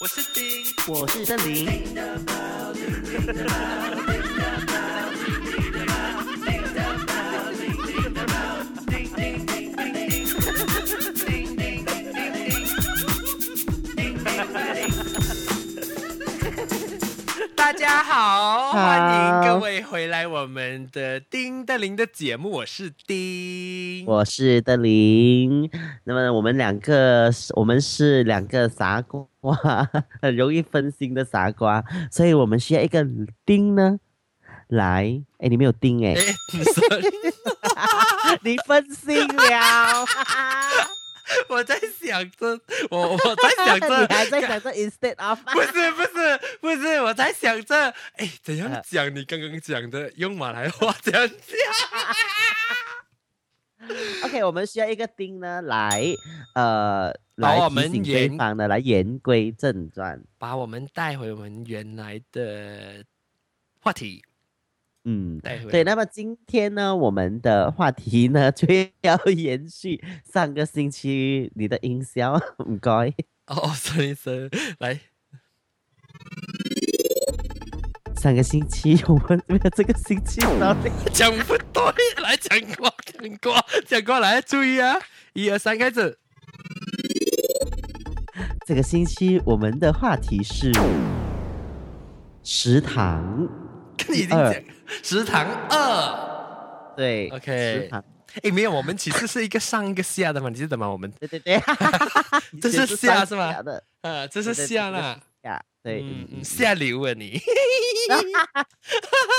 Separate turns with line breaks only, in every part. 我是丁，
我是森林。
大家好，
好
欢迎各位回来我们的丁的林的节目，我是丁。
我是德林。那么我们两个，我们是两个傻瓜，很容易分心的傻瓜，所以我们需要一个钉呢。来，哎，你没有钉哎、
哎，你说
你分心了，
我在想着，我 我在想着
你，还在想着 instead of，
不是不是不是，我在想着，哎，怎样
呃
讲你刚刚讲的用马来话怎样 讲？
OK，我们需要一个钉呢来，呃，来
把我
提
们
醒
言
对方的，来言归正传。
把我们带回我们原来的话题，
嗯，
带回
对，那么今天呢，我们的话题呢 就要延续上个星期你的营销，唔该，
哦，孙医生，来，
上个星期我们没有这个星 期到底
讲不对，来讲过，讲过，讲过来，注意啊！一二三，开始。
这个星期我们的话题是食堂，
你已经
二
讲食堂二
对食
，OK。
堂，
哎，没有，我们其实是一个上一个下的嘛，你记得吗？我们
对对 对，以
这
前
是
上
下是吗
下的
呃，这是
对对对
下
这个
啦，
下，对，
嗯嗯，
嗯
下流啊你。
嗯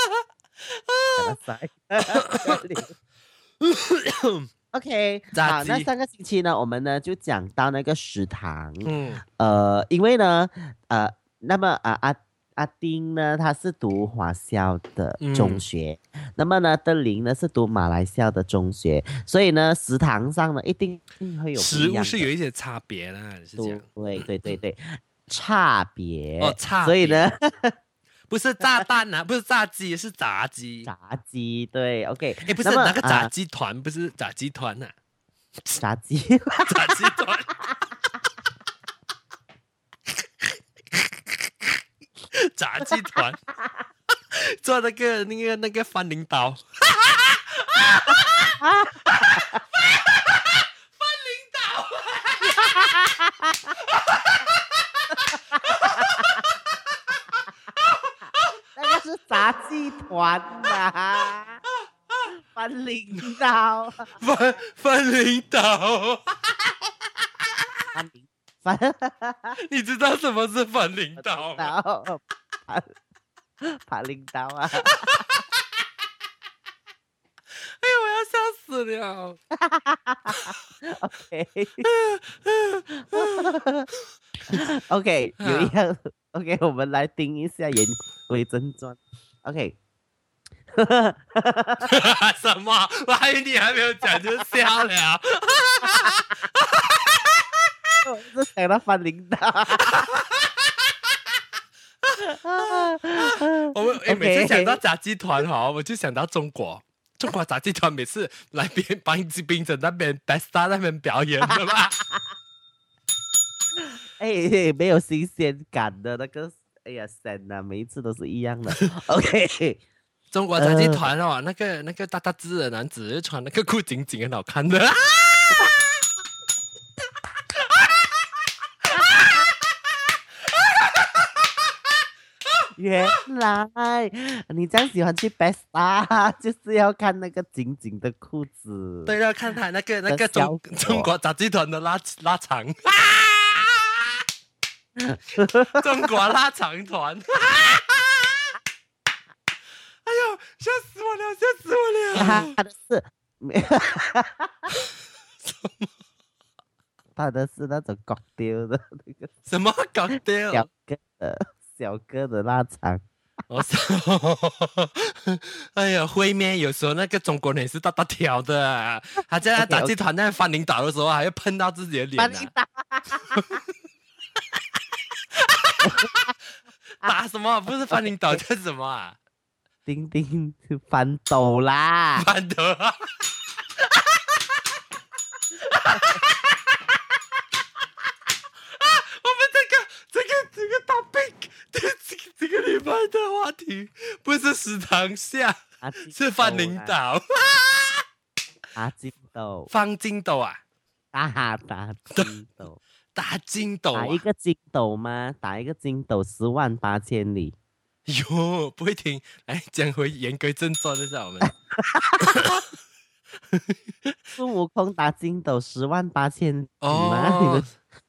下得塞 OK，
炸
好，那
鸡
上个星期呢，我们呢就讲到那个食堂，
嗯
呃，因为呢，呃，那么啊阿阿丁呢，他是读华校的中
嗯
学，那么呢，邓林呢是读马来西亚的中学，所以呢，食堂上呢一定会有不
食
一
物
样
是
的
有一些差别啦，是这样。
对对对对，差别
哦，差别。
所以呢，
不是炸弹啊，不是炸鸡，是炸鸡。
炸鸡对，OK，
哎，不是
那么
那个炸
啊
鸡团，不是炸鸡团啊呐，
炸鸡，
炸鸡团。炸鸡团，做那个那个那个翻领导，
那个是炸鸡团啊， 翻领导，
翻翻领导，
翻领翻。
你知道什么是翻领导吗？
刀，爬爬领导啊！
哎呦，我要笑死了！
OK，有一
啊
样 OK，我们来盯一下言归正传。OK，
什么？我还以为你还没有讲就笑了。
我一直想到翻领 导。啊
我们诶，每次
OK
想到炸鸡团哈，我就想到中国。中国炸鸡团每次来宾帮鸡冰城那边 Best Star 那边表演的嘛，
哎，没有新鲜感的那个，哎呀，神呐、每一次都是一样 的。OK，
中国炸鸡团哦，那个那个大大只的男子穿那个裤紧紧很好看的，
原来你这样喜欢去 Best Star，就是 要看那个紧紧的裤 子。
对，要看他那个那个
的效
中
果
中国炸鸡团的拉拉 长，中国拉长团， 哎呦，笑死我了，笑死我了！
啊他的是，他的是那种搞丢的那个
什么搞掉？
小个的小个的腊肠，
我操！哦哎呀，会咩？有时候那个中国人也是大大条的啊、他在那
OK，OK
打击团那翻领导的时候，还要碰到自己的脸、
把
啊
你，打
打什么？不是翻领导叫什么啊？！
钉钉翻斗啦
翻头啊！啊，我们这个这个的话题不是食堂下，
阿啊金
是范领
斗啦，
导
阿金斗，
方金斗啊，
大打金 斗，
打金斗啊
打，一个金斗吗？打一个金斗十万八千里。
哟，不会听。来讲回言归正传一下，我们
孙悟空打筋斗十万八千里吗？ 你
哦
们，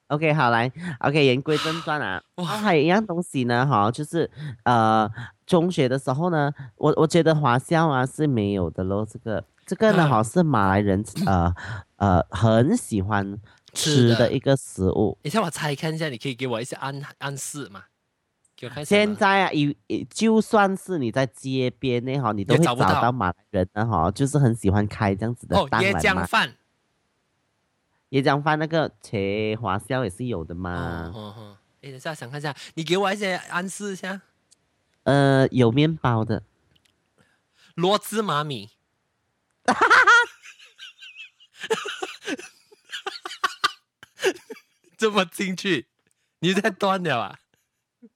OK 好来，OK 言归正传啊，
哇
哇，还有一样东西呢哈，就是呃，中学的时候呢，我我觉得华校啊是没有的咯，这个这个呢
嗯
好是马来人呃呃很喜欢
吃
吃
的
的一个食物。
你让我猜看一下，你可以给我一些暗暗示吗？给我看一下
现
吗
在啊，以以就算是你在街边呢哈，你都
也
会
找不
找
到
到马来人呢哈，就是很喜欢开这样子的
哦，
档
椰
来
浆
嘛。
饭
椰浆饭那个切华校也是有的嘛。
哦哦哦，哎，等一下想看一下，你给我一些暗示一下。
呃，有面包的，
罗兹玛米， 这么进去，你在断了啊？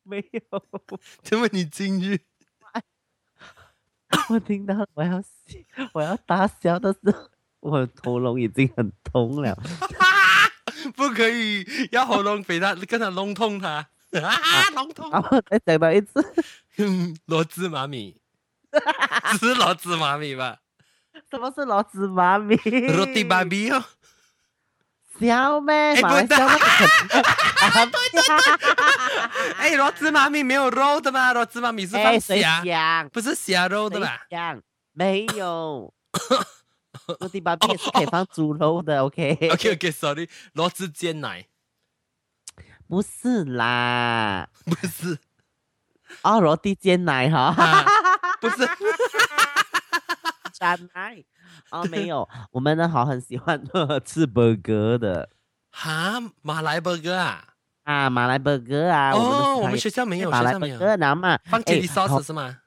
没有，
怎么你进去？
我听到了我要笑，我要大笑的时候，我的喉咙已经很痛了。
不可以，要喉咙给他，跟他弄痛他。 啊，弄痛！
然后再讲到一次，
嗯 罗兹玛米，是罗兹玛米吧？
什么是老子妈咪？
罗蒂芭比哦，
笑咩？
哎
马来
不
西亚那个肯定啊
哎，罗兹玛米没有肉的吗？罗兹玛米是
哎，
放
谁
虾，
讲？
不是虾肉的
谁
吧？
讲？没有。我的芭比也是可以放猪肉的，OK？
OK OK Sorry，罗兹煎奶
不是啦，
不 是
哦，罗蒂煎奶哈，
啊，不是
煎奶 哦，没有，我们呢好很喜欢 吃 burger 的。
哈马来 burger 啊？
啊，马来 burger 啊，
哦，我
我们
们
的
学
食
校没
堂也
有，
马
学
来
校没
burger
有
呢嘛，
放 chili
哎好
sauce 是吗？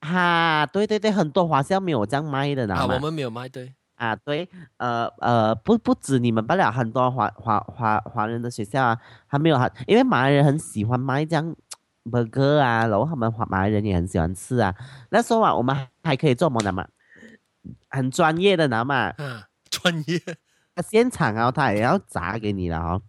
哈，对对对，很多华校没有这样卖的呢
啊，
嘛
我们没有卖对。
啊，对，呃呃，不不止你们罢了，很多华华华华人的学校啊，还没有很，因为马来人很喜欢卖这样 burger 啊，然后他们华马来人也很喜欢吃啊。那时候啊，我们还可以做么呢 嘛？很专业的呢嘛，
啊，专业
他现场啊，他也要炸给你了哦。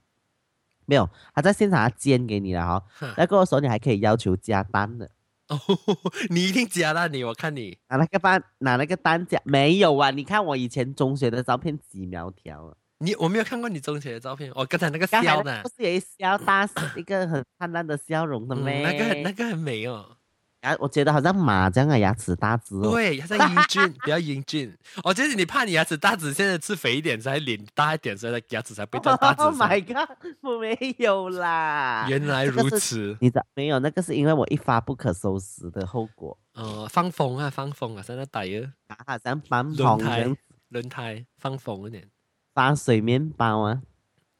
没有，他在现场他煎给你了哦。
哈
那个时候你还可以要求加蛋的，
哦， 你一定加了你，我看你
拿那个蛋，拿那个蛋加没有啊？你看我以前中学的照片几苗条啊，
你我没有看过你中学的照片，我刚才那个
刚才
笑
那
呢
个不，是有一笑大一个很灿烂的笑容的
嗯
咩？
那个很那个很美哦，
啊，我觉得好像马这样啊，牙齿大只 哦。
对，好像英俊，比较英俊。 我觉得你怕你牙齿大，只现在吃肥一点，才脸大一点，所以牙齿才不会断大指
Oh
上
my god！我没有啦，
原来
这个
如
是
此，
你的没有那个是因为我一发不可收拾的后果，
哦，放风啊，放风啊，在那打油
啊，好像翻
轮
红这
胎
样
轮胎放风一点，
发水面包啊。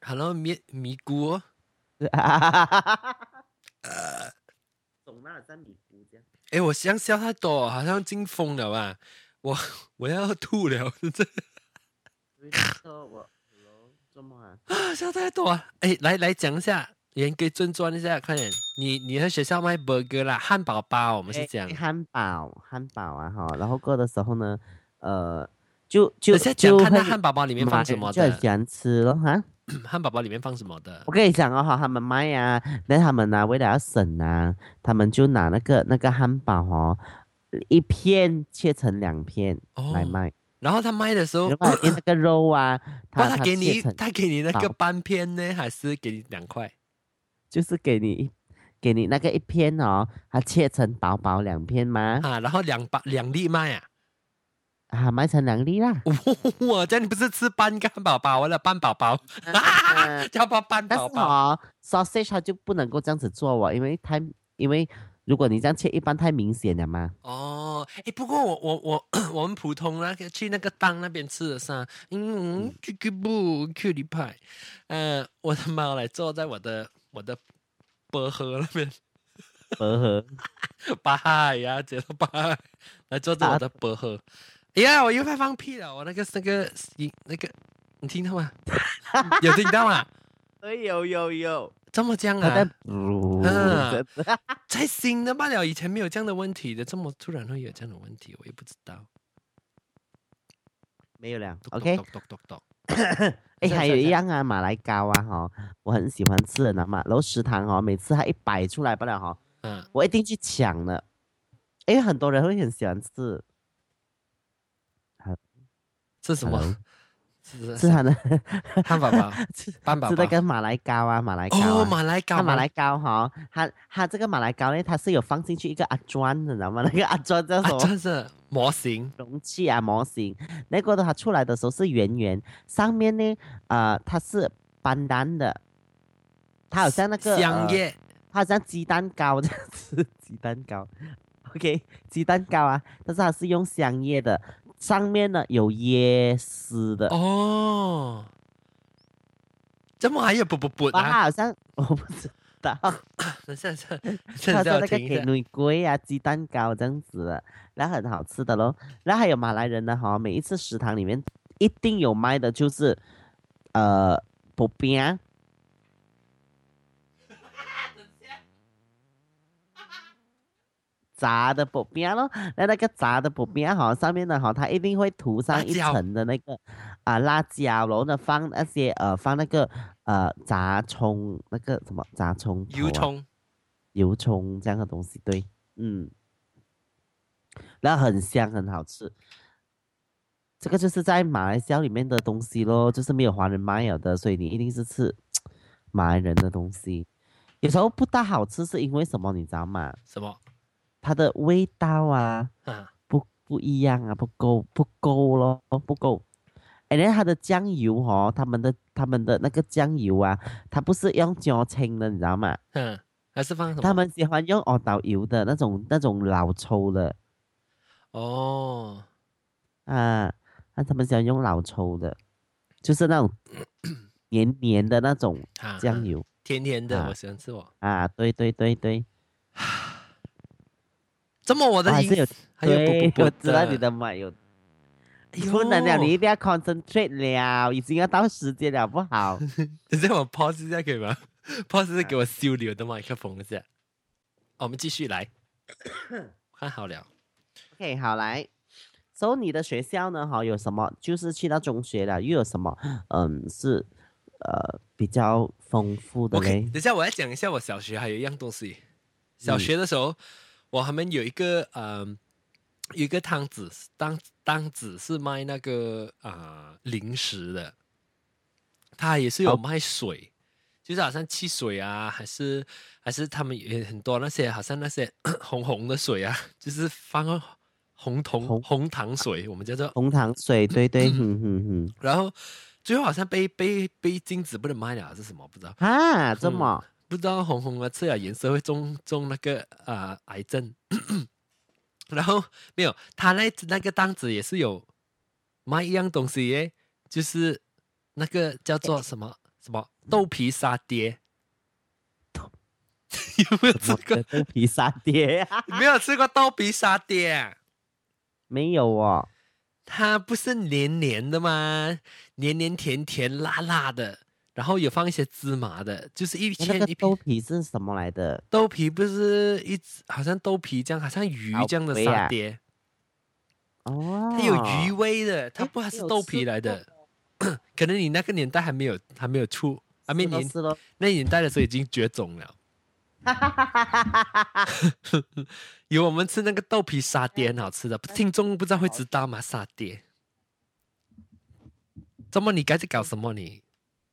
然后咪咪咕哦，呃
总那三米糊这样。
诶，我像笑太多，好像进风了吧，我我要吐了，这
我怎么啊？
啊笑太多啊，诶，来来讲一下，言归正传一下，快点，你你在学校卖 burger 啦，汉堡包，我们是
诶
讲，
哎汉堡，汉堡啊哈，然后过的时候呢，呃，就就
等下讲
就
看
会
它汉堡包里面
买
放什么
就很
的
喜，欢吃咯哈。
汉堡包里面放什么的
我，跟你讲哦哈，他们卖啊，那他们呢、为了要省啊，他们就拿那个那个汉堡哦，一片切成两片
哦
来卖，
然后他卖的时候
然。后里面那个肉啊，
哇，
他
哦他给你
切成
他给你那个
薄
半片呢，还是给你两块？
就是给你一给你那个一片哦，它切成薄薄两片嘛，
啊，然后两把两粒麦啊，。
啊，卖成两粒啦
哇，这样你不是吃半个汉堡包完了半宝宝，
啊
叫包半
但
宝
是
宝，
哦，sausage 它就不能够这样子做哦，因为太因为如果你这样切一般太明显了嘛。
哦，哎，不过我我我 我们普通那个去那个当那边吃的上，嗯，Q Q 不 Q 里派，呃，我的猫来坐在我的我的薄荷那边，
呵呵，
巴嗨呀，姐到巴嗨，来坐在我的薄荷，哎呀，我又在放屁了，我那个那个那个，你听到吗？有听到吗？
对，有哎有 有，
这么这样
他在呃
啊？
补，
啊
真的
才新的罢了，以前没有这样的问题的，这么突然会有这样的问题，我也不知道。
没有了。
咚
OK，
咚咚咚咚
哎，
是啊是啊
还有一
是啊
样啊，马来糕啊，哈，我很喜欢吃的呢嘛。然后食堂哦哈，每次它一摆出来不了哈，
咚啊，
我一定去抢的，因为很多人会很喜欢 吃。
这是什么
Hello？？
是
吃它的，
汉堡 包、
吃
汉堡
吃的
包。
跟马来糕啊，马来糕
哦，
啊。
马来糕，
它马来糕哈，它它这个马来糕呢，它是有放进去一个阿砖的，你知道吗？那个阿砖叫什
啊，
么？
这是模型
容器啊模型，那个的它出来的时候是圆圆，上面呢，呃，它是斑斓的，它好像那个
香
呃
叶
它好像鸡蛋糕这样子，鸡蛋糕，OK，鸡蛋糕啊，但是它是用香叶的，上面呢有椰丝的，
哦。怎么还有不不不
哇，
啊？
它好像我不知道，
等下下， 等
它
下
在
我
那个
停一
给
下。
女龟啊，鸡蛋糕这样子的，然后很好吃的咯。然后还有马来人呢，哈，每一次食堂里面一定有卖的，就是呃，薄饼。炸的薄饼啊咯，那那个炸的薄饼啊哈，上面呢哈，它一定会涂上一
椒
层的那个啊、辣椒，然后呢放那些呃放那个呃炸葱那个什么炸葱头
油
啊
葱
油葱这样的东西，对，嗯，然后很香，很好吃。这个就是在马来西亚里面的东西咯，就是没有华人卖了的，所以你一定是吃马来人的东西。有时候不大好吃，是因为什么？你知道吗？
什么
它的味道啊，
啊？
不不一样啊，不够不够咯，不够。哎，然后它的酱油哦，他们的他们的那个酱油啊，它不是用椒青的，你知道吗？
嗯，还是放什么？
他们喜欢用哦导游的那种那种老抽的
哦，
啊，那他们喜欢用老抽的，就 是那种黏黏的那种
啊
酱油
甜甜的，
啊
我喜欢吃哦我。
啊，对对对对，
怎么我
我
的
还
音
是有
还有不
对
不不
我知道你的嘛有，
哎呦
困难了，你一定要 concentrate 了，已经要到时间了，不 好
等一下我 pause 一下可以吗 ？pause 一下给我修理我的麦克风一下。哦我们继续来，看好了。
，OK，好来。所、以你的学校呢？哈，有什么？就是去到中学了，又有什么？嗯，是呃比较丰富的
OK，
嘞。
等一下我要讲一下我小学还有一样东西。小
嗯
学的时候，我他们有一个嗯、有一个摊子，当当子是卖那个啊、零食的，它也是有
哦
卖水。就是好像汽水啊，还是还是他们也很多那些好像那些 红红的水啊，就是放红糖
红
红糖水，我们叫做
红糖水，对对，哼哼哼。
然后最后好像被被被禁止不能卖了，还是什么不知道？
啊，这
嗯
么、
不知道红红的吃了颜色会中中那个啊癌症。 然后没有，他那那个档子也是有卖一样东西耶，就是那哎个叫做什么什么豆皮沙爹。 有没有吃
我
过
的？豆皮沙爹、 啊、
没有吃过豆皮沙爹啊、
没有哦，
它不是黏黏的吗？黏黏甜甜辣辣的，然后有放一些芝麻的，就是一
那
片
个
一
豆
片
皮是什么来的？
豆皮，不是一直好像豆皮这样，好像鱼这样的
宝贝
沙
啊
爹，
哦，
它有鱼味的，它
诶
不
我
是
有
豆
吃
皮来
过
的，可能你那个年代还没有还没有出，还没
是咯
年
是咯，
那年代的时候已经绝种了。 有我们吃那个豆皮沙爹，很好吃
哎
的。听众不知道会知道吗？沙爹，怎么你该在搞什么你？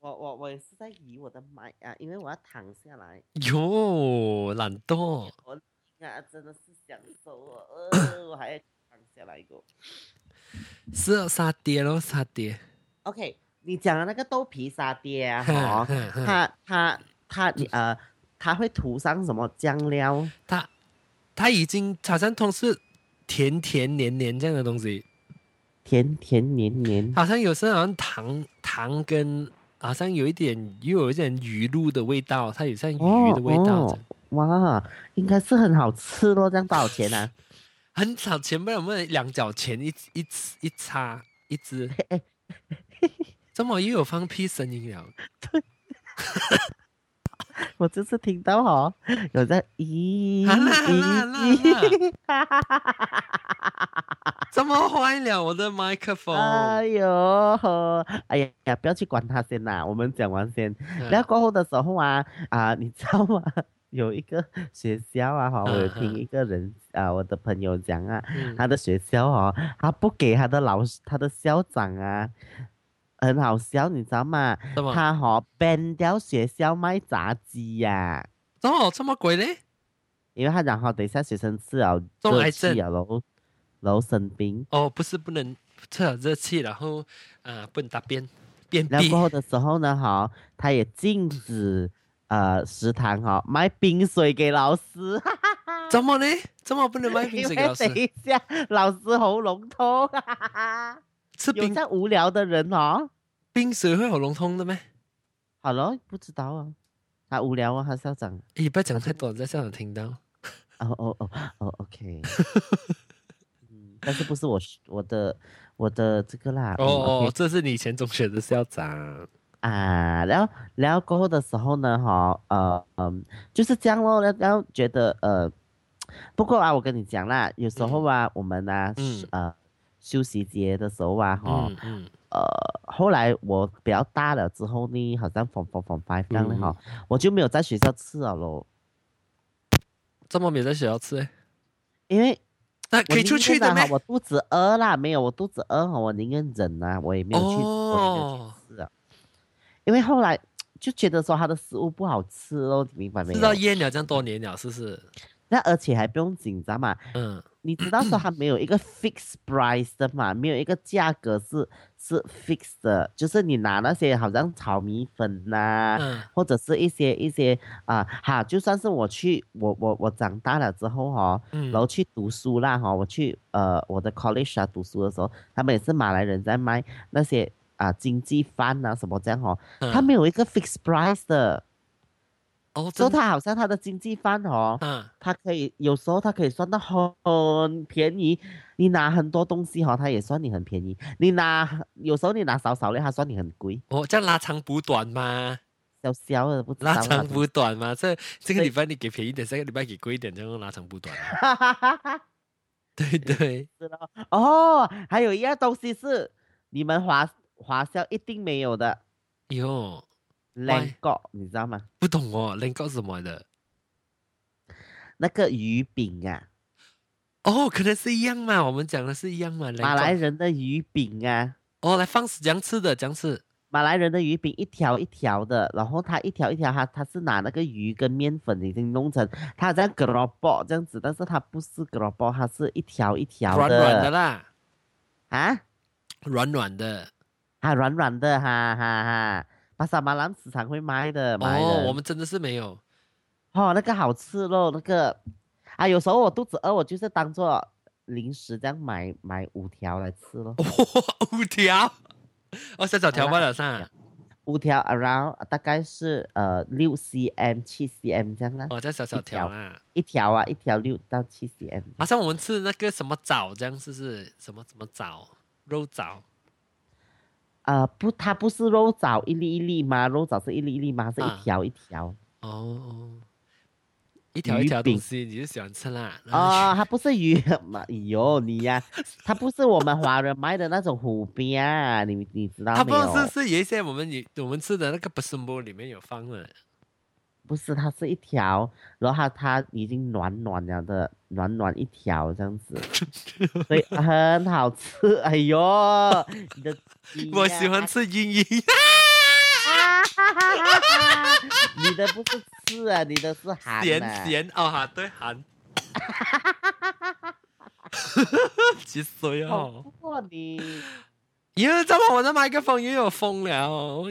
我我我也是在移我的麦啊，因为我要躺下来
哟，懒惰。
啊，真的是享受哦，呃，我还要躺下来过。
是哦沙爹咯，沙爹。
OK，你讲的那个豆皮沙爹 啊，
哈
哦，
哈哈
它它它你呃，它会涂上什么酱料？
它它已经好像都是甜甜黏黏这样的东西，
甜甜黏黏，
好像有时候好像糖糖跟好像有一点又有一点鱼露的味道，它有像鱼的味道。
哦哦哇，应该是很好吃咯，这样多少钱 啊？
很少钱，不然我们两角钱一一次一叉一只，这么又有放屁声音了。
我这次听到哦，有在咦
啦啦啦啦
咦咦，
怎么坏了我的麦克风？
哎呦，哎呀呀，不要去管他先啦，我们讲完先。
嗯
然后过后的时候啊啊，你知道吗？ 有一个学校啊，哈，我有
嗯
听
嗯
一个人啊，我的朋友讲啊，
嗯
他的学校哦，他不给他的老师、他的校长啊，很好笑，你知道吗？
怎么
他哦 ban 掉学校卖炸鸡呀、
怎么这么鬼嘞？
因为他然后等一下学生吃了
中
热
癌
气
症
了，然后然后生病，
哦，不是不能测热气，然后呃不能大便，便
然后
秘
过后的时候呢，哈，他也禁止呃食堂哈卖冰水给老师，啊
怎么嘞？怎么不能卖冰水给啊老师
因？为等一下老师喉咙痛，啊
吃
有
冰
这样无聊的人哦。
冰水会喉咙痛的咩？
好了，不知道啊，他无聊啊，他校长。
你不要讲太多，在校长听到。
哦哦哦哦，OK 。嗯，但是不是我学我的我的这个啦？嗯
哦
，OK
哦，这是你以前中学的校长。
啊，然后然后过后的时候呢，哈，呃，嗯，就是这样咯。然后然后觉得呃，不过啊，我跟你讲啦，有时候啊，我们啊，
嗯
呃，休息节的时候啊，哈、
嗯嗯
呃，后来我比较大了之后呢，好像 from from from five 这样的
嗯
哈，我就没有在学校吃了咯，
这么没有在学校吃欸，
因为
那
我
可以出
宁
去
愿
的
啊哈
咩？
我肚子饿啦，没有，我肚子饿哈，我宁愿忍啊，我也没有去，
哦，
我也没有去吃啊，因为后来就觉得说他的食物不好吃咯，你明白没
知
有？
道烟了这样多年了，是不是？
那而且还不用紧张嘛，
嗯，
你知道说它没 有一个 fixed price 的嘛，没有一个价格是是 fixed 的，就是你拿那些好像炒米粉呐、
嗯
或者是一些一些啊、哈，就算是我去我我我长大了之后哦，
嗯
然后去读书啦哈、我去呃我的 college 啊读书的时候，他们也是马来人在卖那些啊、经济饭啊什么这样哦，
嗯
他没有一个 fixed price 的，
哦，
所
真
以他好像他的经济饭哦。
啊，
它可以有时候它可以算到很便宜，你拿很多东西哈，它也算你很便宜。你拿有时候你拿少少嘞，它算你很贵，
我哦这样拉长补短嘛，
小小的不知道
拉
啦
长补短嘛，这这个
对
礼拜你给便宜点，下个礼拜给贵一点，这样拉长补短嘛。 对对，
哦，还有一样东西是你们华华校一定没有的，
哟，
冷糕，你知道吗？
不懂哦，能搞什么的？
那个鱼饼啊，
哦，可能是一样嘛，我们讲的是一样嘛。能
马
搞
来人的鱼饼啊，
哦，来放怎样吃的？怎样吃？
马来人的鱼饼一条一条的，然后它一条一条，它它是拿那个鱼跟面粉已经弄成，它好像 g r o b o 这样子，但是它不是 g r o b o 它是一条一条
软软的啦，
啊，
软软的。
啊软软的，哈哈哈。巴沙马兰市场会卖的，买的。
哦，我们真的是没有。
哦，那个好吃咯，那个啊，有时候我肚子饿，我就是当做零食这样买买五条来吃咯，
哇，哦五条，哦，三小条罢了噻。
五条 around 大概是呃六 cm 七 cm 这样啦，
哦，这小小条啦，
一条一条啊一条六到七 cm。
好像我们吃那个什么枣这样，是不是？什么什么枣，肉枣。
呃，不，它不是肉枣一粒一粒吗？肉枣是一粒一粒吗？它是
啊
一条一条。
哦哦，一条一
鱼
条东
饼
西你就喜欢吃啦。然后
啊、它不是鱼嘛？哎呦，你呀、它不是我们华人卖的那种虎鞭啊，你你知道
它
没
不
有？
是是有一些我们有我们吃的那个 b a s u m b o 里面有放的，
不是，它是一条，然后它它已经暖暖了的，暖暖一条这样子，所以很好吃。哎呦，你的鸡
我
呀
喜欢吃英英。
你的不是吃啊，你的是寒、啊、
咸咸哦哈，对韩， 气死我
好
哟！
过你，，
哟，怎么我的麦克风又有风了？哦哟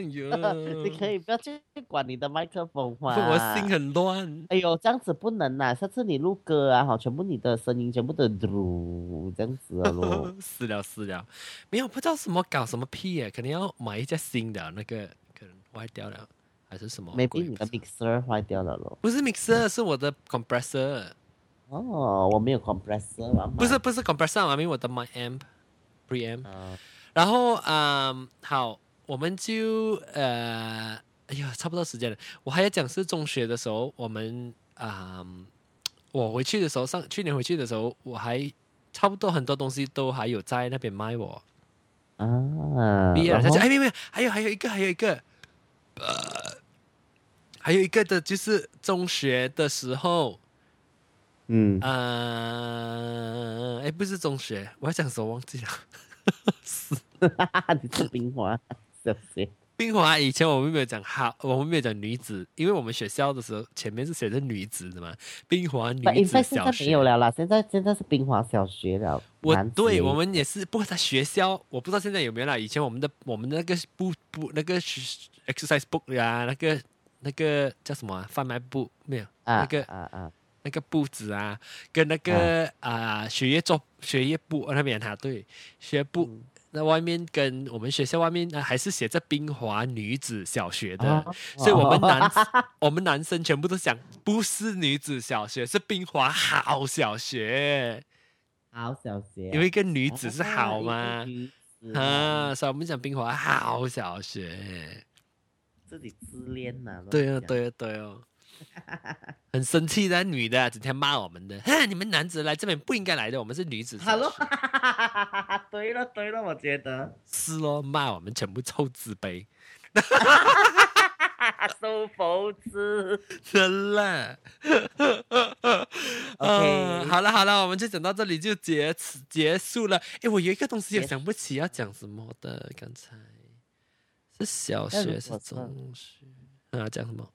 你可以不要去管你的麦克风嘛。
嗯我心很乱。
哎呦，这样子不能啦！下次你录歌啊，哈，全部你的声音全部都嘟这样子了咯。
死了死了，没有不知道什么搞什么屁啊耶，可能要买一架新的，那个可能坏掉了还是什么鬼
maybe 你的 mixer 坏掉了咯。
不是 mixer，是我的 compressor，
哦，我没有 compressor 嘛。
不是不是 compressor，我明啊我的 my amp preamp。
啊，
然后嗯，好，我们就呃哎呀，差不多时间了。我还要讲是中学的时候，我们啊、嗯我回去的时候，上去年回去的时候，我还差不多很多东西都还有在那边卖我。
啊，
毕业了，
然
他
后
讲哎没有没有，还有还有一个还有一个，呃，呃还有一个的就是中学的时候，
嗯，
呃，哎不是中学，我要讲什么忘记了。
你是冰华，小心。
冰华以前我们没有讲好，我们没有讲女子，因为我们学校的时候前面是写着女子的嘛。冰华
不
女
，in
子
fact 现
小
在没有
学，
了啦，现在现在是冰华小学了。
我
男子
对我们也是，不过在学校我不知道现在有没有啦。以前我们的我们的那个不不那个 exercise book 呀、那个那个叫什么、啊、贩卖部没有、
啊
那个
啊啊，
那个布子啊，跟那个啊、学业做学业部那边啊，对，学部、
嗯
那外面跟我们学校外面呢还是写着冰华女子小学的，
哦
所以我们男 我们男生全部都想不是女子小学，是冰华好小学，
好小学，
因为跟女子是
啊
好嘛。？
一个女子啊，
啊，所以我们讲冰华好小学，
自己自恋呐。乱
对哦，
讲，
对哦，对哦，很生气的女的啊整天骂我们的，哼，你们男子来这边不应该来的，我们是女子小学。
哈喽， 对了对了，我觉得
是咯，骂我们全部臭自卑，
收佛子。
真的。呃好了好了，我们就讲到这里就结此结束了。诶，哎我有一个东西
结
我想不起要讲什么的，刚才是小
那如
学是
果是
中学啊，讲什 么？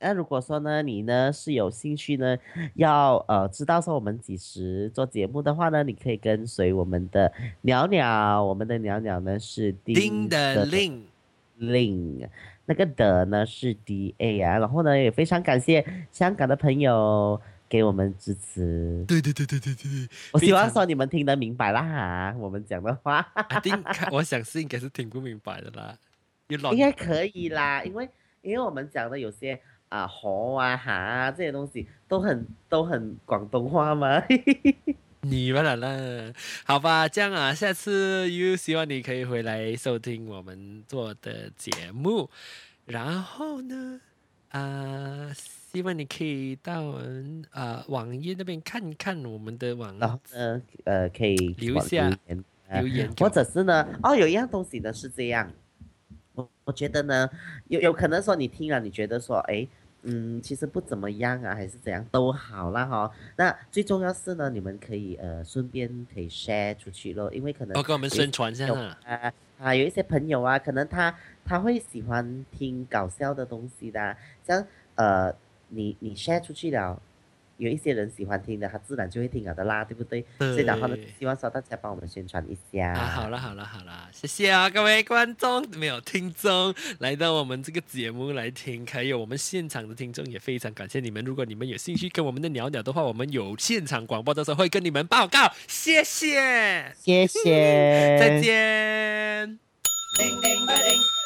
那如果说呢，你呢是有兴趣呢，要呃知道说我们几时做节目的话呢，你可以跟随我们的鸟鸟，我们的鸟鸟呢是
丁的令，
令，那个的呢是 D A 啊，然后呢也非常感谢香港的朋友给我们支持，
对对对对对对对，
我希望
非常
说你们听得明白啦哈，我们讲的话。
I think 我想是应该是听不明白的啦，有 老
应该可以啦，
嗯
因为因为我们讲的有些啊河啊hà 啊这些东西都很都很广东话 嘛。
你们了啦，好吧，这样啊，下次又希望你可以回来收听我们做的节目，然后呢，啊、希望你可以到我们啊、网页那边看看我们的网
然后呢， 呃，可以
留一下
言呃
留言给
或
我，
者是呢，哦，有一样东西呢是这样，我我觉得呢，有有可能说你听了，你觉得说，哎，嗯，其实不怎么样啊，还是怎样都好啦哈。那最重要是呢，你们可以呃顺便可以 share 出去咯，因为可能
哦我跟我们宣传一下
有
啦。
啊啊，有一些朋友啊，可能他他会喜欢听搞笑的东西的啊、像呃，你你 share 出去了，有一些人喜欢听的，他自然就会听了的啦，对不对？所以然后呢
对，
希望说大家帮我们宣传一下。
啊，好了好了好了，谢谢啊、各位观众没有听众来到我们这个节目来听，还有我们现场的听众也非常感谢你们。如果你们有兴趣跟我们的聊聊的话，我们有现场广播到时候会跟你们报告。谢谢，
谢谢，
再见。
Ding ding ba ding,